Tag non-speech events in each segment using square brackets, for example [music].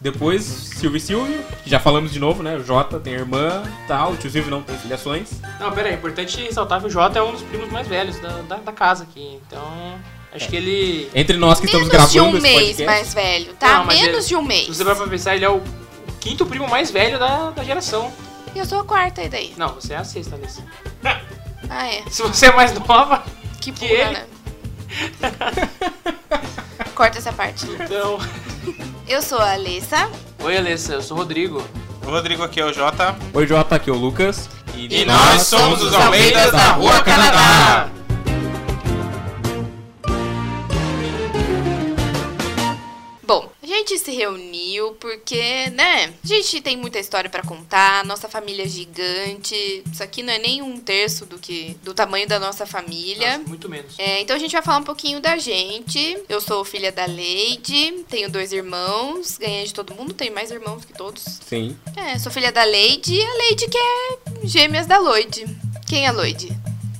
Depois, Silvio e Silvio, que já falamos de novo, né? O Jota tem irmã tal, o tio Silvio não tem filiações. Não, pera aí, é importante ressaltar que o Jota é um dos primos mais velhos da, da, da casa aqui. Então, acho que ele. Entre nós que Menos estamos gravando de um esse mês podcast. mais velho, tá? Não, mas Menos é- de um mês. Se você vai pra pensar, ele é o quinto primo mais velho da, da geração. E eu sou a quarta e daí. Não, você é a sexta, Alice. Ah, é. [laughs] Se você é mais nova, [laughs] Que Que burra, ele- [laughs] né? Corta essa parte. então. Eu sou a Alessa. Oi, Alessa, eu sou o Rodrigo. O Rodrigo aqui é o Jota. Oi, Jota, aqui é o Lucas. E nós somos os Almeidas da Rua Canadá. Bom, a gente se reuniu porque, né? A gente tem muita história pra contar, nossa família é gigante. Isso aqui não é nem um terço do que do tamanho da nossa família. Nossa, muito menos. É, então a gente vai falar um pouquinho da gente. Eu sou filha da Leide, tenho dois irmãos, ganhei de todo mundo, tenho mais irmãos que todos. Sim. É, sou filha da Leide e a Leide que é gêmeas da Lloyd. Quem é Lloyd?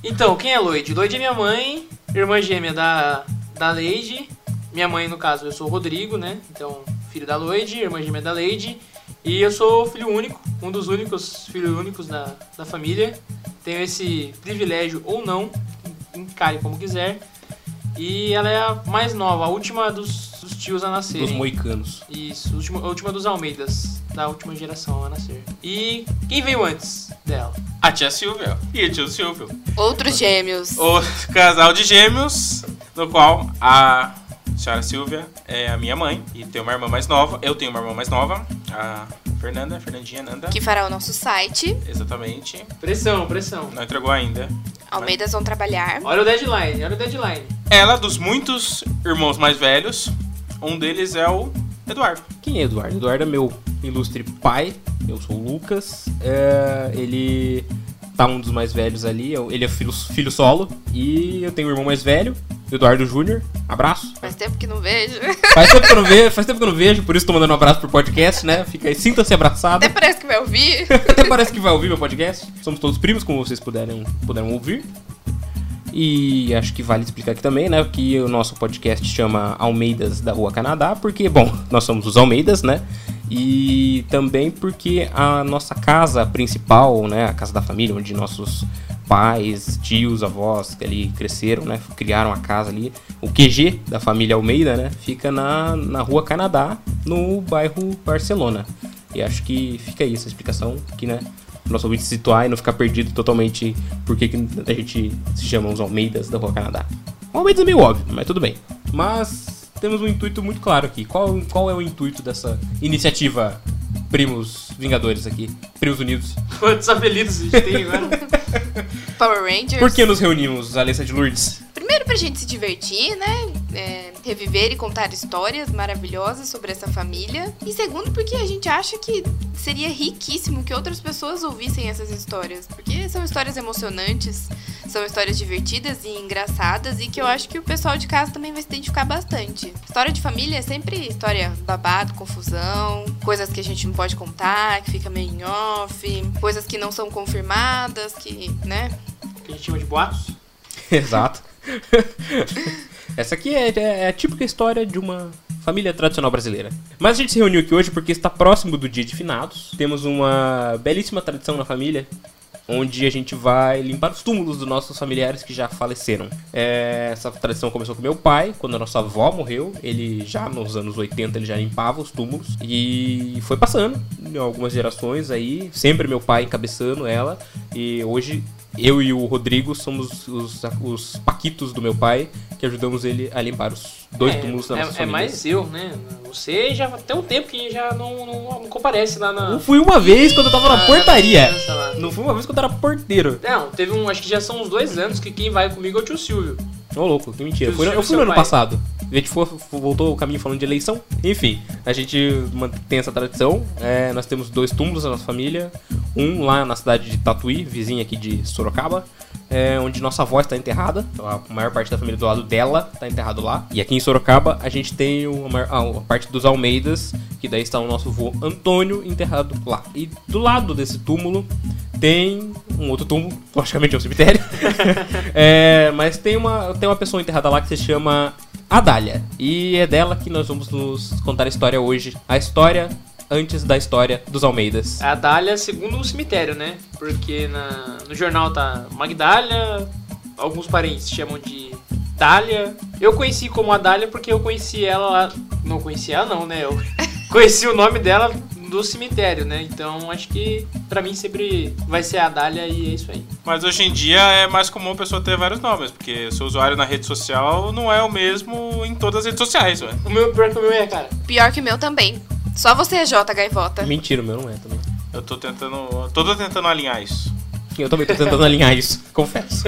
Então, quem é Lloyd? Lloyd é minha mãe, irmã gêmea da, da Lady. Minha mãe, no caso, eu sou o Rodrigo, né? Então, filho da Lloyd, irmã gêmea da Lady. E eu sou filho único, um dos únicos filhos únicos da, da família. Tenho esse privilégio ou não, encare como quiser. E ela é a mais nova, a última dos, dos tios a nascerem. Dos moicanos. Isso, última, a última dos Almeidas, da última geração a nascer. E quem veio antes dela? A tia Silvia e o tio Silvio. Outros gêmeos. O casal de gêmeos, no qual a senhora Silvia é a minha mãe e tem uma irmã mais nova. Eu tenho uma irmã mais nova, a Fernanda, Fernandinha Nanda. Que fará o nosso site. Exatamente. Pressão, pressão. Não entregou ainda. Almeidas vão trabalhar. Olha o deadline, olha o deadline. [laughs] Ela, dos muitos irmãos mais velhos, um deles é o Eduardo. Quem é Eduardo? Eduardo é meu ilustre pai. Eu sou o Lucas. É, ele tá um dos mais velhos ali. eu- Ele é filho, filho solo. E eu tenho um irmão mais velho, Eduardo Júnior. Abraço. Faz tempo que não vejo. [laughs] Faz tempo, que eu não vejo, faz tempo que eu não vejo, por isso tô mandando um abraço pro podcast, né? Fica aí, sinta-se abraçado. Até parece que vai ouvir. [laughs] Até parece que vai ouvir meu podcast. Somos todos primos, como vocês puderam, puderam ouvir. E acho que vale explicar aqui também, né? Que o nosso podcast chama Almeidas da Rua Canadá, porque, bom, [laughs] nós somos os Almeidas, né? E também porque a nossa casa principal, né? A casa da família, onde nossos pais, tios, avós que ali cresceram, né? Criaram a casa ali. O QG da família Almeida, né? Fica na, na Rua Canadá, no bairro Barcelona. E acho que fica aí essa explicação, que, né? o nosso ouvinte se situar e não ficar perdido totalmente porque que a gente se chama os Almeidas da Rua Canadá. O Almeidas é meio óbvio, mas tudo bem. Mas temos um intuito muito claro aqui. Qual, qual é o intuito dessa iniciativa Primos Vingadores aqui? Primos Unidos. Quantos apelidos a gente tem agora? Power Rangers. Por que nos reunimos, Alessa de Lourdes? Primeiro pra gente se divertir, né? É, reviver e contar histórias maravilhosas sobre essa família. E segundo, porque a gente acha que seria riquíssimo que outras pessoas ouvissem essas histórias. Porque são histórias emocionantes, são histórias divertidas e engraçadas e que eu acho que o pessoal de casa também vai se identificar bastante. História de família é sempre história babado, confusão, coisas que a gente não pode contar, que fica meio em off, coisas que não são confirmadas, que, né? Que a gente chama de boatos. Exato. [laughs] Essa aqui é, é- é a típica história de uma família tradicional brasileira. Mas a gente se reuniu aqui hoje porque está próximo do dia de finados. Temos uma belíssima tradição na família, onde a gente vai limpar os túmulos dos nossos familiares que já faleceram. É, essa tradição começou com meu pai, quando a nossa avó morreu. Ele já nos anos 80 ele já limpava os túmulos e foi passando em algumas gerações aí, sempre meu pai encabeçando ela e hoje eu e o Rodrigo somos os, os paquitos do meu pai que ajudamos ele a limpar os dois é, túmulos da é, nossa é família. mais eu, né? Você já tem um tempo que já não, não, não comparece lá na. Não fui uma vez quando eu tava na na- portaria. na- na- na- Não fui uma vez quando eu era porteiro. Não, teve um. Acho que já são uns dois anos que quem vai comigo é o tio Silvio. Ô, louco, que mentira. Tio Foi no- eu fui Silvio, no seu ano pai. passado. A gente foi- voltou o caminho falando de eleição. Enfim, a gente mantém essa tradição. É, nós temos dois túmulos na nossa família. Um lá na cidade de Tatuí, vizinha aqui de Sorocaba. é, onde nossa avó está enterrada. Então, A maior parte da família do lado dela está enterrado lá. E aqui em Sorocaba a gente tem o maior- a, a parte dos Almeidas, que daí está o nosso avô Antônio enterrado lá. E do lado desse túmulo tem um outro túmulo, [laughs] logicamente é um cemitério. É, mas tem uma, tem uma pessoa enterrada lá que se chama Adália. E é dela que nós vamos nos contar a história hoje. A história antes da história dos Almeidas. É A Dália, segundo o cemitério, né? Porque na- no jornal tá Magdália, alguns parentes chamam de Dália. Eu conheci como a Dália porque eu conheci ela lá. Não conheci ela, não, né? Eu [laughs] conheci o nome dela do cemitério, né? Então acho que pra mim sempre vai ser a Dália e é isso aí. Mas hoje em dia é mais comum a pessoa ter vários nomes, porque o seu usuário na rede social não é o mesmo em todas as redes sociais, ué. O meu pior que o meu é, cara. Pior que o meu também. Só você é J, Gaivota. Mentira, o meu não é também. Eu tô tentando. eu Tô tentando alinhar isso. Eu também tô tentando alinhar isso, confesso.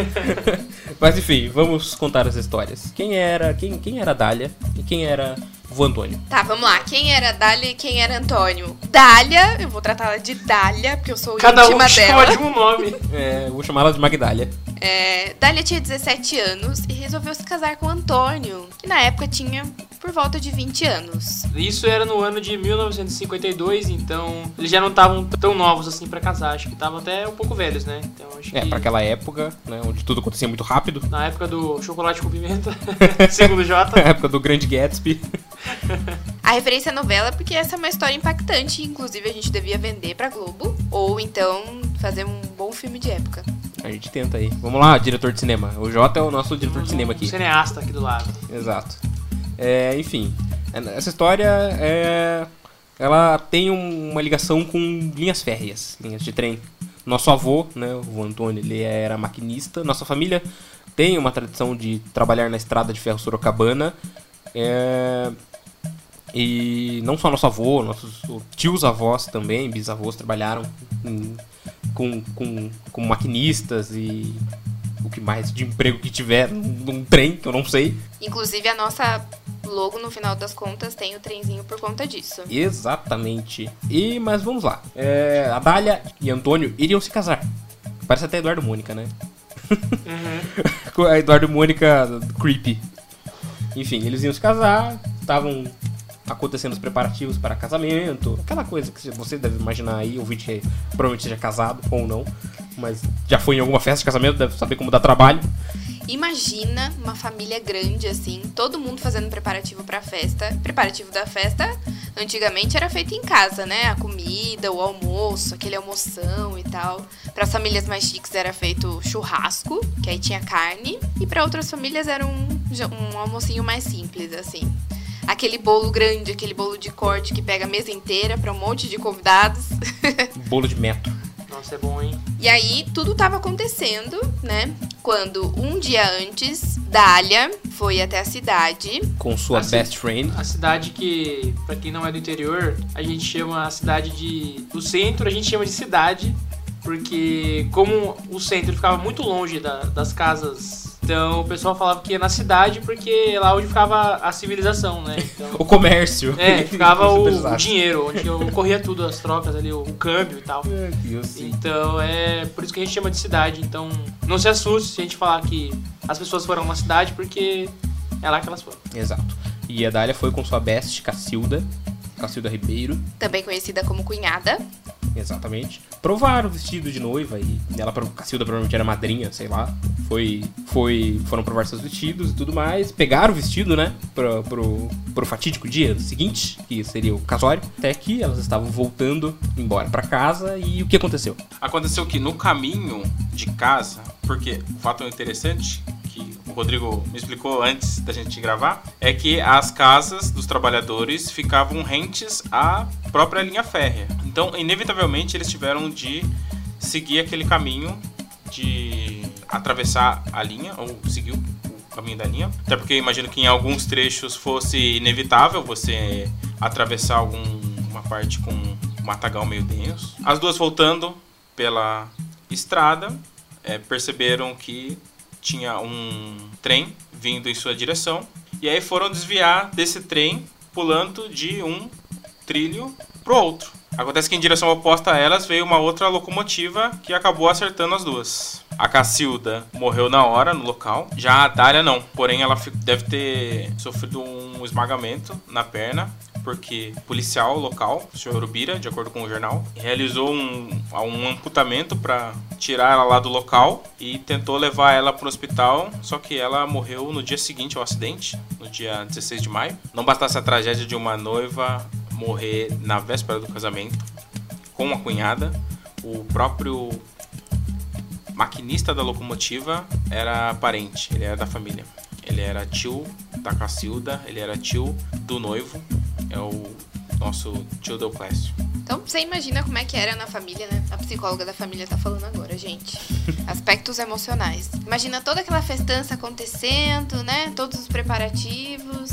Mas enfim, vamos contar as histórias. Quem era, quem, quem era a Dália e quem era o Antônio? Tá, vamos lá. Quem era Dália e quem era Antônio? Dália, eu vou tratar ela de Dália, porque eu sou Cada um íntima chama dela. de um nome. É, vou chamar ela de Magdália. É, Dália tinha 17 anos e resolveu se casar com Antônio, que na época tinha por volta de 20 anos. Isso era no ano de 1952, então eles já não estavam tão novos assim pra casar, acho que estavam até um pouco velhos, né? Então acho É, que pra aquela época, né, onde tudo acontecia muito rápido. [laughs] na época do chocolate com pimenta, segundo Jota. Na época do grande Gatsby. A referência à novela é porque essa é uma história impactante, inclusive a gente devia vender pra Globo, ou então fazer um bom filme de época. A gente tenta aí. Vamos lá, diretor de cinema. O Jota é o nosso diretor de cinema Um aqui. cineasta aqui do lado. Exato. É, enfim, essa história é, ela tem um- uma ligação com linhas férreas, linhas de trem. Nosso avô, né, o Antônio, ele era maquinista. Nossa família tem uma tradição de trabalhar na estrada de ferro Sorocabana. É, e não só nosso avô, nossos tios avós também, bisavós, trabalharam em- com, com, com maquinistas e o que mais de emprego que tiver num num trem, que eu não sei. Inclusive a nossa logo, no final das contas, tem o trenzinho por conta disso. Exatamente. E mas vamos lá. É, a Dália e Antônio iriam se casar. Parece até Eduardo e Mônica, né? Com a [laughs] Eduardo e Mônica creepy. Enfim, eles iam se casar, estavam acontecendo os preparativos para casamento, aquela coisa que você deve imaginar aí, o vídeo que provavelmente seja casado ou não, mas já foi em alguma festa de casamento, deve saber como dar trabalho. Imagina uma família grande assim, todo mundo fazendo preparativo pra festa. Preparativo da festa, antigamente era feito em casa, né? A comida, o almoço, aquele almoção e tal. Para as famílias mais chiques era feito churrasco, que aí tinha carne, e para outras famílias era um, ja- um almocinho mais simples assim. Aquele bolo grande, aquele bolo de corte que pega a mesa inteira para um monte de convidados. Bolo de metro. Nossa, é bom, hein? E aí tudo tava acontecendo, né? Quando um dia antes, Dália foi até a cidade. Com sua Assim. best friend. A cidade que, pra quem não é do interior, a gente chama a cidade de. O centro a gente chama de cidade, porque como o centro ficava muito longe da- das casas, então o pessoal falava que ia na cidade porque é lá onde ficava a civilização, né? [laughs] Então. O comércio. [laughs] É, ficava o, o Exato. dinheiro, onde ocorria tudo, as trocas ali, o, o câmbio e tal. Meu Deus, sim. Então é por isso que a gente chama de cidade. Então não se assuste se a gente falar que as pessoas foram na cidade, porque é lá que elas foram. Exato. E a Dália foi com sua best, Cacilda. Cacilda Ribeiro, também conhecida como cunhada. exatamente. Provaram o vestido de noiva e ela, pro- Cacilda provavelmente era madrinha, sei lá. Foi, foi, foram provar seus vestidos e tudo mais. Pegaram o vestido, né? Pro, pro, pro fatídico dia seguinte, que seria o casório. Até que elas estavam voltando embora pra casa e o que aconteceu? Aconteceu que no caminho de casa, porque o fato é interessante que o Rodrigo me explicou antes da gente gravar, é que as casas dos trabalhadores ficavam rentes à própria linha férrea. Então, inevitavelmente, eles tiveram de seguir aquele caminho de atravessar a linha, ou seguir o o caminho da linha. Até porque eu imagino que em alguns trechos fosse inevitável você atravessar alguma parte com um matagal meio denso. As duas voltando pela estrada, eh, perceberam que tinha um trem vindo em sua direção. E aí foram desviar desse trem pulando de um trilho pro outro. Acontece que em direção oposta a elas veio uma outra locomotiva que acabou acertando as duas. A Cacilda morreu na hora, no local. Já a Dália não, porém ela fi- deve ter sofrido um esmagamento na perna. porque policial local, o senhor Urubira, de acordo com o jornal, realizou um, um amputamento para tirar ela lá do local e tentou levar ela para o hospital, só que ela morreu no dia seguinte ao acidente, no dia 16 de maio. Não bastasse a tragédia de uma noiva morrer na véspera do casamento com a cunhada, o próprio maquinista da locomotiva era parente, ele era da família. Ele era tio da Cacilda, ele era tio do noivo, é o nosso tio Deoclésio. Então você imagina como é que era na família, né? A psicóloga da família tá falando agora, gente. Aspectos emocionais. Imagina toda aquela festança acontecendo, né? Todos os preparativos.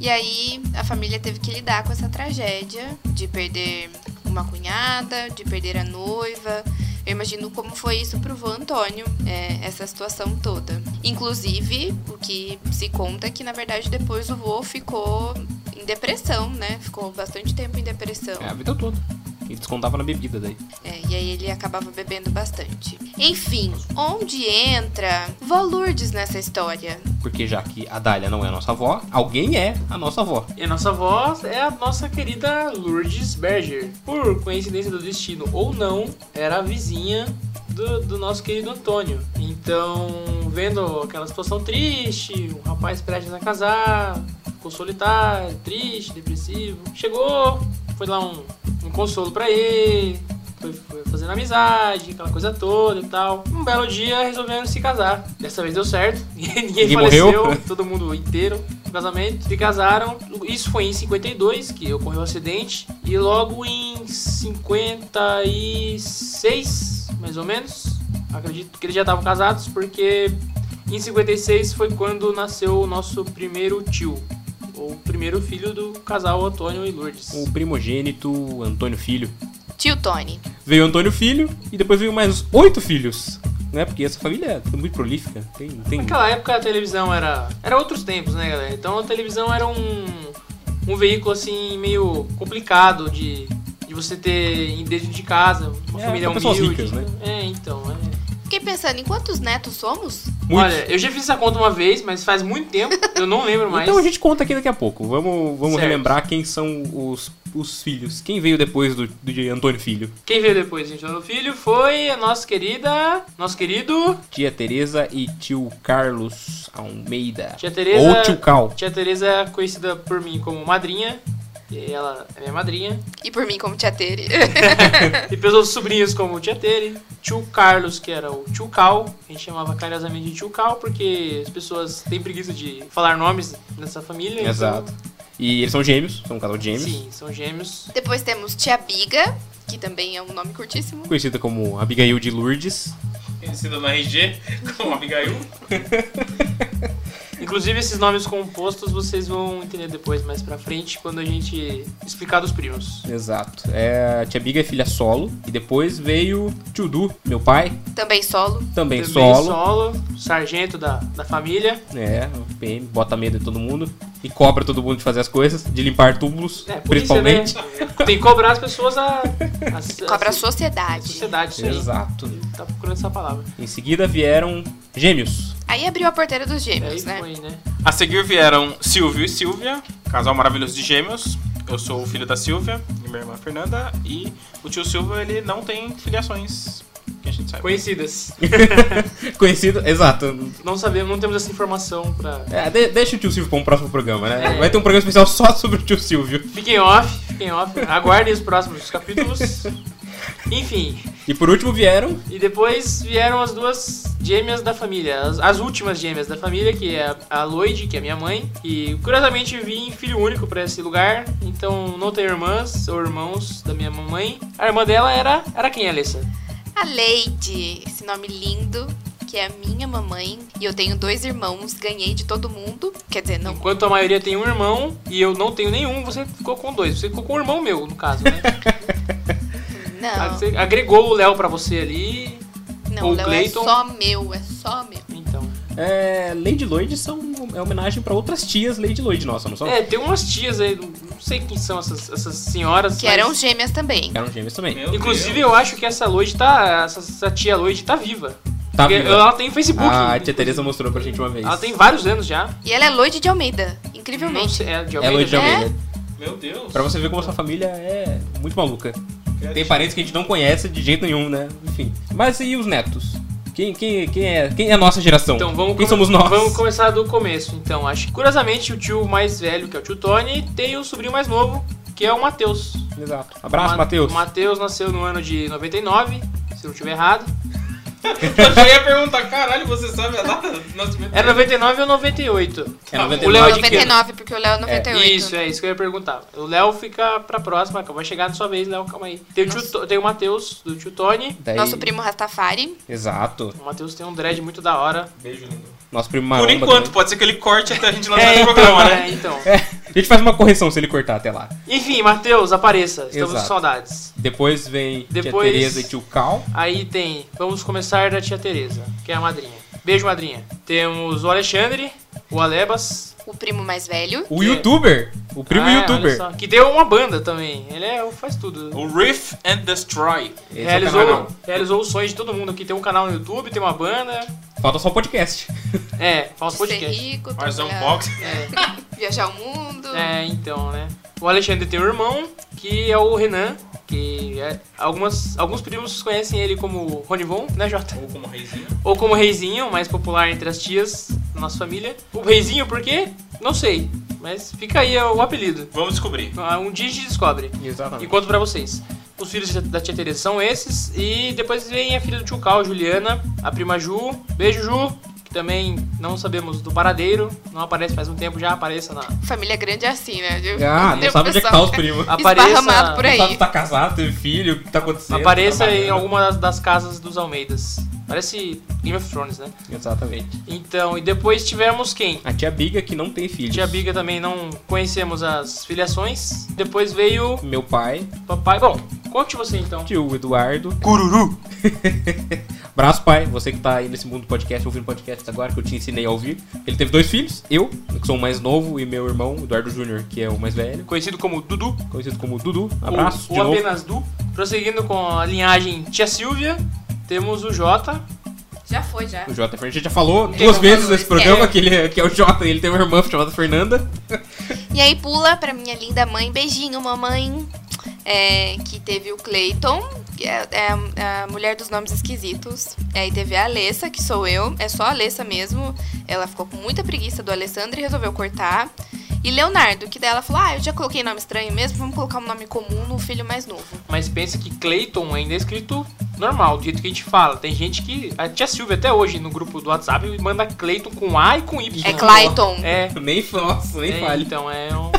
E aí a família teve que lidar com essa tragédia de perder uma cunhada, de perder a noiva. Eu imagino como foi isso pro vô Antônio, é, essa situação toda. Inclusive, o que se conta é que, na verdade, depois o vô ficou em depressão, né? Ficou bastante tempo em depressão. É, a vida toda. E descontava na bebida daí. É, e aí ele acabava bebendo bastante. Enfim, onde entra Vó Lourdes nessa história? Porque já que a Dália não é a nossa avó, alguém é a nossa avó. E a nossa voz é a nossa querida Lourdes Berger. Por coincidência do destino ou não, era a vizinha do, do nosso querido Antônio. Então, vendo aquela situação triste, um rapaz prestes a casar, ficou solitário, triste, depressivo. Chegou, foi lá um, um consolo pra ele, foi, foi fazendo amizade, aquela coisa toda e tal. Um belo dia resolvendo se casar. Dessa vez deu certo, [laughs] ninguém, Ninguém faleceu, morreu. todo mundo inteiro. no Casamento, se casaram. Isso foi em 52 que ocorreu o acidente. E logo em 56, mais ou menos, acredito que eles já estavam casados, porque em 56 foi quando nasceu o nosso primeiro tio, o primeiro filho do casal Antônio e Lourdes. O primogênito Antônio Filho. Tio Tony. Veio Antônio Filho e depois veio mais oito filhos. Né? Porque essa família é muito prolífica. Tem, tem... Naquela época a televisão era. Era outros tempos, né, galera? Então a televisão era um. Um veículo assim, meio complicado de, de você ter dentro de casa. Uma É, família pra pessoas humilde. ricas, né? É, então. É. Fiquei pensando, em quantos netos somos? Muitos. Olha, eu já fiz essa conta uma vez, mas faz muito tempo, eu não lembro mais. Então a gente conta aqui daqui a pouco. Vamos, vamos Certo. relembrar quem são os, os filhos. Quem veio depois do, do de Antônio Filho? Quem veio depois, gente, do filho foi a nossa querida. Nosso querido. Tia Teresa e tio Carlos Almeida. Tia Teresa. Ou tio Cal. Tia Teresa é conhecida por mim como madrinha. E ela é minha madrinha. E por mim, como tia Tere. [laughs] E pelos outros sobrinhos como o Tia Tere, tio Carlos, que era o tio Cal. A gente chamava carinhosamente de tio Cal, porque as pessoas têm preguiça de falar nomes nessa família. então- Exato. E eles são gêmeos, são um casal de gêmeos. Sim, são gêmeos. Depois temos tia Biga, que também é um nome curtíssimo. Conhecida como Abigail de Lourdes. Conhecida no RG [laughs] como Abigail. Inclusive, esses nomes compostos vocês vão entender depois, mais pra frente, quando a gente explicar dos primos. Exato. É, a tia Biga é filha solo. E depois veio tio Du, meu pai, Também solo. também, Também solo. solo, sargento da, da família. É, o PM bota medo em todo mundo. E cobra todo mundo de fazer as coisas, de limpar túmulos, É, polícia, né? principalmente. Tem que cobrar as pessoas a. a Cobra a a sociedade. Assim, sociedade, isso aí. Exato. Tá procurando essa palavra. Em seguida vieram gêmeos. [laughs] Aí abriu a porteira dos Aí gêmeos, né? foi, né? A seguir vieram Silvio e Silvia, casal maravilhoso de gêmeos. Eu sou o filho da Silvia e minha irmã Fernanda. E o tio Silvio, ele não tem filiações, que a gente sabe. Conhecidas. Conhecido, exato. Não sabemos, não temos essa informação pra. É, de- deixa o tio Silvio pra um próximo programa, né? É. Vai ter um programa especial só sobre o tio Silvio. Fiquem off, fiquem off. Aguardem os próximos capítulos. Enfim, E por último vieram e depois vieram as duas gêmeas da família, as, as últimas gêmeas da família, que é a- a Lloyd, que é minha mãe, e curiosamente eu vim filho único pra esse lugar, então não tenho irmãs ou irmãos da minha mamãe. A irmã dela era era quem, Alessa? A Leide, esse nome lindo, que é a minha mamãe. E eu tenho dois irmãos, ganhei de todo mundo. Quer dizer, não. Enquanto a maioria tem um irmão e eu não tenho nenhum, você ficou com dois. Você ficou com um irmão meu, no caso, né? Não, Você agregou o Léo pra você ali, não, o o Léo é Clayton. só meu, é só meu. então... é, Lady Lloyd, são é homenagem pra outras tias Lady Lloyd nossa, não são? É, tem umas tias aí, não não sei quem são essas, essas senhoras. Que mas- eram gêmeas também. Eram gêmeos também. Meu Inclusive, Deus. eu acho que essa Lloyd tá. Essa, essa tia Lloyd tá viva. Tá Porque viva. Ela tem Facebook. A tia inclusive. Teresa mostrou pra gente uma vez. Ela tem vários anos já. E ela é loide de Almeida, Não incrivelmente. sei, é de É Almeida. Lloyd de É? Almeida. Meu Deus. [laughs] Pra você ver como a sua família é muito maluca. Criativo. Tem parentes que a gente não conhece de jeito nenhum, né? Enfim. Mas e os netos? Quem, quem, quem, é, quem é a nossa geração? Então vamos, quem come- somos nós? vamos começar do começo, então, acho. que- Curiosamente, o tio mais velho, que é o tio Tony, tem o sobrinho mais novo, que é o Matheus. Exato. Abraço, Ma- Matheus. O Matheus nasceu no ano de 99, se eu não estiver errado. Eu já ia perguntar, caralho, você sabe a data do nascimento? É 99 ou 98? É O Léo é de que ano? 99, porque o Léo é 98. Isso, é isso que eu ia perguntar. O Léo fica pra próxima, vai chegar na sua vez, Léo, calma aí. Tem o, tio To- tem o Matheus, do tio Tony. Daí- Nosso primo Rastafari. Exato. O Matheus tem um dread muito da hora. Beijo, né? lindo. Nosso primo Por Maromba enquanto, também. pode ser que ele corte até a gente lançar É, o então, programa, É, né? então. É, a gente faz uma correção se ele cortar até lá. Enfim, Matheus, apareça. Estamos com Exato. saudades. Depois vem Depois- tia Tereza e tio Cal. Aí tem, vamos começar da tia Tereza, que é a madrinha. Beijo, madrinha. Temos o Alexandre, o Alebas. O primo mais velho. O Que- youtuber. O primo Ah, olha youtuber. só, que deu uma banda também. Ele é, faz tudo. O Riff and Destroy. Esse é o Realizou, canal. realizou o sonho de todo mundo aqui. Tem um canal no YouTube, tem uma banda. Falta só o podcast. É, falso Ser podcast. rico, Faz um trabalhar, box. É. viajar o mundo. É, então, né? O Alexandre tem um irmão, que é o Renan, que é- algumas, alguns primos conhecem ele como Ronivon, né, Jota? Ou como reizinho. Ou como Reizinho, mais popular entre as tias da nossa família. O Reizinho por quê? Não sei, mas fica aí o apelido. Vamos descobrir. Ah, Um dia a gente descobre. E Exatamente. conto pra vocês. Os filhos da tia Tereza são esses. E depois vem a filha do tio Cal, Juliana, a prima Ju. Beijo, Ju. Que também não sabemos do paradeiro. Não aparece faz um tempo, já apareça na... Família grande é assim, né? viu? Ah, não Deu sabe onde é que tá pessoal os primos. Esparramado por Não Apareça, sabe aí. se tá casado, teve filho, o que tá acontecendo. apareça em trabalhando. alguma das, das casas dos Almeidas. Parece Game of Thrones, né? Exatamente. Então, e depois tivemos quem? A tia Biga que não tem filho. Tia Biga também não conhecemos as filiações. Depois veio Meu pai, papai. Bom, conte você então. tio Eduardo. [laughs] Cururu. Abraço, pai. Você que tá aí nesse mundo do podcast, ouvindo podcast agora, que eu te ensinei a ouvir. Ele teve dois filhos, eu, que sou o mais novo, e meu irmão, Eduardo Júnior, que é o mais velho, Conhecido como Dudu. conhecido como Dudu. Abraço, ou, de ou novo. apenas Du. Prosseguindo com a linhagem Tia Silvia, temos o Jota. Já foi, já. O Jota Fernandes a gente já falou É, duas já vezes falou, nesse é. programa que ele é, que é o Jota, ele tem uma irmã chamada Fernanda. E aí pula pra minha linda mãe, beijinho mamãe, é, que teve o Clayton, que é, é a- a mulher dos nomes esquisitos. É, E aí teve a Alessa, que sou eu, é só a Alessa mesmo. Ela ficou com muita preguiça do Alessandro e resolveu cortar. E Leonardo, que daí ela falou, ah, eu já coloquei nome estranho mesmo, vamos colocar um nome comum no filho mais novo. Mas pensa que Clayton ainda é escrito normal, do jeito que a gente fala. Tem gente que. A tia Silvia até hoje no grupo do WhatsApp manda Clayton com A e com Y. É Clayton. É, Nem, nossa, nem É, fale. Então é um.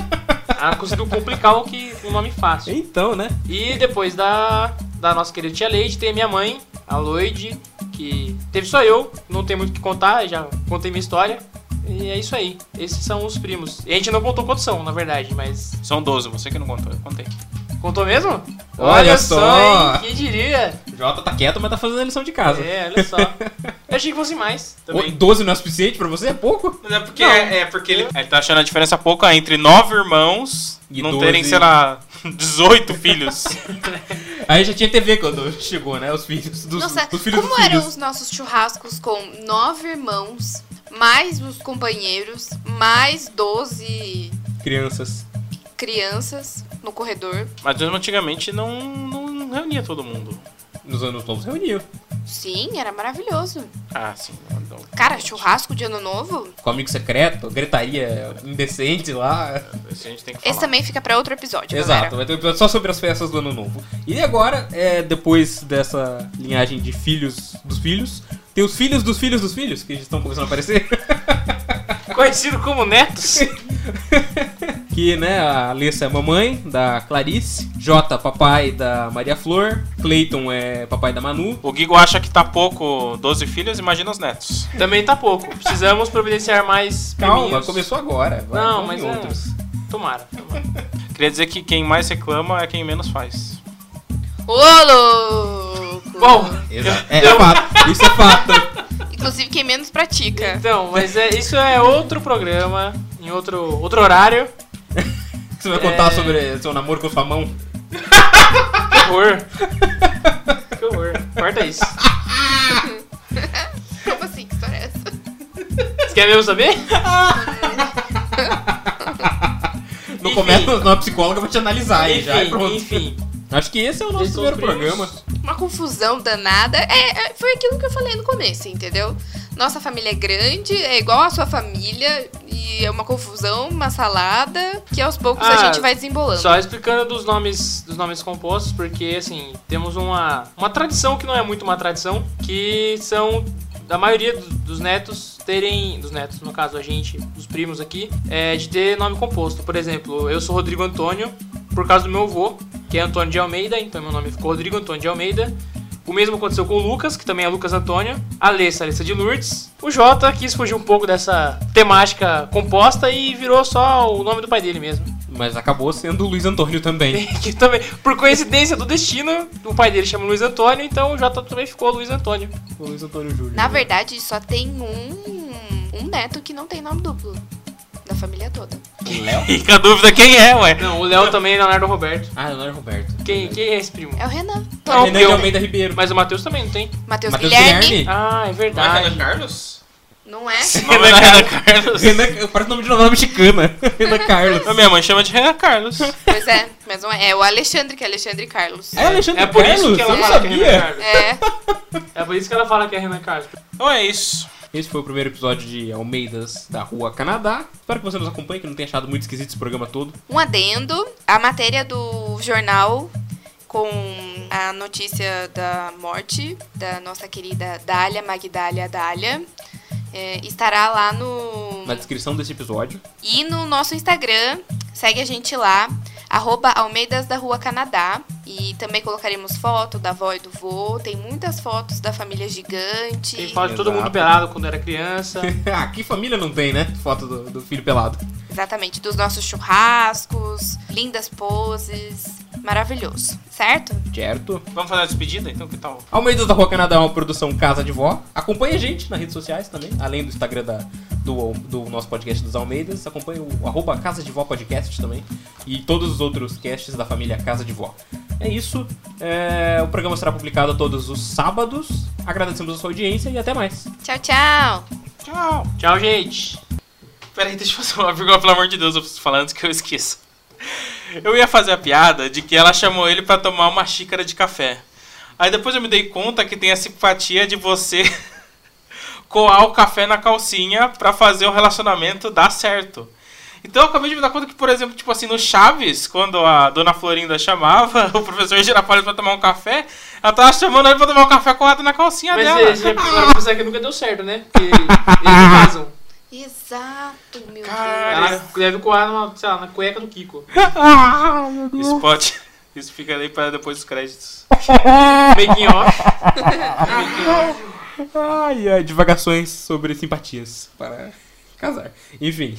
Ela conseguiu complicar o que o nome fácil. Então, né? E depois da, da nossa querida tia Leite, tem a minha mãe, a Loide, que teve só eu, não tem muito o que contar, já contei minha história. E é isso aí. Esses são os primos. E a gente não contou quantos são, na verdade, mas. São 12, você que não contou, eu contei. Contou mesmo? Olha só. hein? Quem diria? O Jota tá quieto, mas tá fazendo a lição de casa. É, olha só. Eu achei que fosse mais O- também. 12 não é suficiente pra você? É pouco? Mas é porque, Não. é, é porque ele... ele tá achando a diferença pouca entre nove irmãos E e não 12. terem, sei lá, [laughs] 18 filhos. Aí já tinha TV quando chegou, né? Os filhos dos, Nossa, os filhos como dos eram filhos. os nossos churrascos com nove irmãos, mais os companheiros, mais 12 Crianças. crianças no corredor. Mas mesmo antigamente não, não reunia todo mundo. Nos anos novos reuniu. Sim, era maravilhoso. Ah, sim. não- não. Cara, churrasco de ano novo? Com amigo secreto, gritaria indecente lá. Isso a gente tem que falar. Esse também fica pra outro episódio, Exato, galera. vai ter um episódio só sobre as festas do ano novo. E agora, é, depois dessa linhagem de filhos dos filhos, tem os filhos dos filhos dos filhos, que estão começando a aparecer. [laughs] Conhecido como Netos. Que, né, a Alessa é mamãe da Clarice, Jota, papai da Maria Flor, Clayton é papai da Manu. O Guigo acha que tá pouco 12 filhos, imagina os netos. também tá pouco. Precisamos providenciar mais Calma, priminhos. começou agora. Vai, Não, vamos mas em é- [laughs] outros. Tomara, tomara. Queria dizer que quem mais reclama é quem menos faz. [laughs] Ô, louco! Bom, Exato. É, é fato. Isso é fato. Inclusive, quem menos pratica. então, mas é, isso é outro programa, em outro, outro horário. Você vai contar É. sobre seu namoro com sua mão? Que horror. Que horror. Corta isso. [laughs] Como assim? Que história é essa? Você quer mesmo saber? Não Enfim. começa uma psicóloga pra te analisar aí já. e pronto. Enfim, enfim. Acho que esse é o nosso Eles são primeiro programa. primos. Uma confusão danada. É, é, foi aquilo que eu falei no começo, entendeu? Nossa família é grande, é igual a sua família, e é uma confusão, uma salada, que aos poucos a Ah, gente vai desembolando. Só explicando dos nomes, dos nomes compostos, porque assim, temos uma, uma tradição que não é muito uma tradição, que são da maioria do- dos netos terem, dos netos, no caso a gente, os primos aqui, é, de ter nome composto. Por exemplo, eu sou Rodrigo Antônio, por causa do meu avô, que é Antônio de Almeida, então meu nome ficou Rodrigo Antônio de Almeida. O mesmo aconteceu com o Lucas, que também é Lucas Antônio, a Alessa, Alessa de Lourdes. O Jota quis fugir um pouco dessa temática composta e virou só o nome do pai dele mesmo Mas acabou sendo o Luiz Antônio também. [laughs] que também, por coincidência do destino, o pai dele chama Luiz Antônio, então o Jota também ficou Luiz Antônio. O Luiz Antônio Júnior. Na verdade, só tem um, um neto que não tem nome duplo. Da família toda. Fica a dúvida quem é, ué. Não, o Léo também é Leonardo Roberto. Ah, Leonardo Roberto. Quem, quem é esse primo? É o Renan. Não, Renan de eu- Almeida Ribeiro. Mas o Matheus também não tem. Matheus Matheus Guilherme. Ah, é Não é verdade. Renan Carlos? Não é? Não é Renan Carlos. Renan, parece nome de novela mexicana. [laughs] Renan Carlos. A minha mãe chama de Renan Carlos. Pois é, mas não é. É o Alexandre, que é Alexandre Carlos. É Alexandre É por Carlos? isso que ela eu não fala que é sabia. Renan Carlos. É. É por isso que ela fala que é Renan Carlos. [laughs] Então é isso. Esse foi o primeiro episódio de Almeidas da Rua Canadá. Espero que você nos acompanhe, que não tenha achado muito esquisito esse programa todo. Um adendo, a matéria do jornal com a notícia da morte da nossa querida Dália, Magdália Dália, é, estará lá no... Na descrição desse episódio. [laughs] E no nosso Instagram, segue a gente lá, arroba Almeidas da Rua Canadá. E também colocaremos foto da avó e do vô, tem muitas fotos da família gigante. Tem fala de todo Exato. mundo pelado quando [laughs] era criança. ah, que família não tem, né? Foto do, do filho pelado. Exatamente, dos nossos churrascos, lindas poses, maravilhoso, certo? Certo. Vamos fazer a despedida, então? Que tal? Almeidas da Rua Canadá é uma produção Casa de Vó. Acompanhe a gente nas redes sociais também, além do Instagram da- do, do nosso podcast dos Almeidas. Acompanhe o arroba Casa de Vó Podcast também e todos os outros casts da família Casa de Vó. É isso. É, o programa será publicado todos os sábados. Agradecemos a sua audiência e até mais. Tchau, tchau! Tchau. Tchau, gente. Peraí, deixa eu fazer uma vírgula, pelo amor de Deus, eu preciso falar antes que eu esqueça. Eu ia fazer a piada de que ela chamou ele pra tomar uma xícara de café. Aí depois eu me dei conta que tem a simpatia de você [laughs] coar o café na calcinha pra fazer o relacionamento dar certo. Então eu acabei de me dar conta que, por exemplo, tipo assim, no Chaves, quando a dona Florinda chamava [laughs] o professor Girapalho pra tomar um café, ela tava chamando ele pra tomar um café coado na calcinha Mas dela. esse é pra pensar que nunca deu certo, né? Porque eles não casam. Exato, meu Cara, Ela deve coar numa, sei lá, na cueca do Kiko. Isso pode. [laughs] Isso fica ali para depois dos créditos. Making off. Ah, Ai, ai, divagações sobre simpatias para casar. Enfim.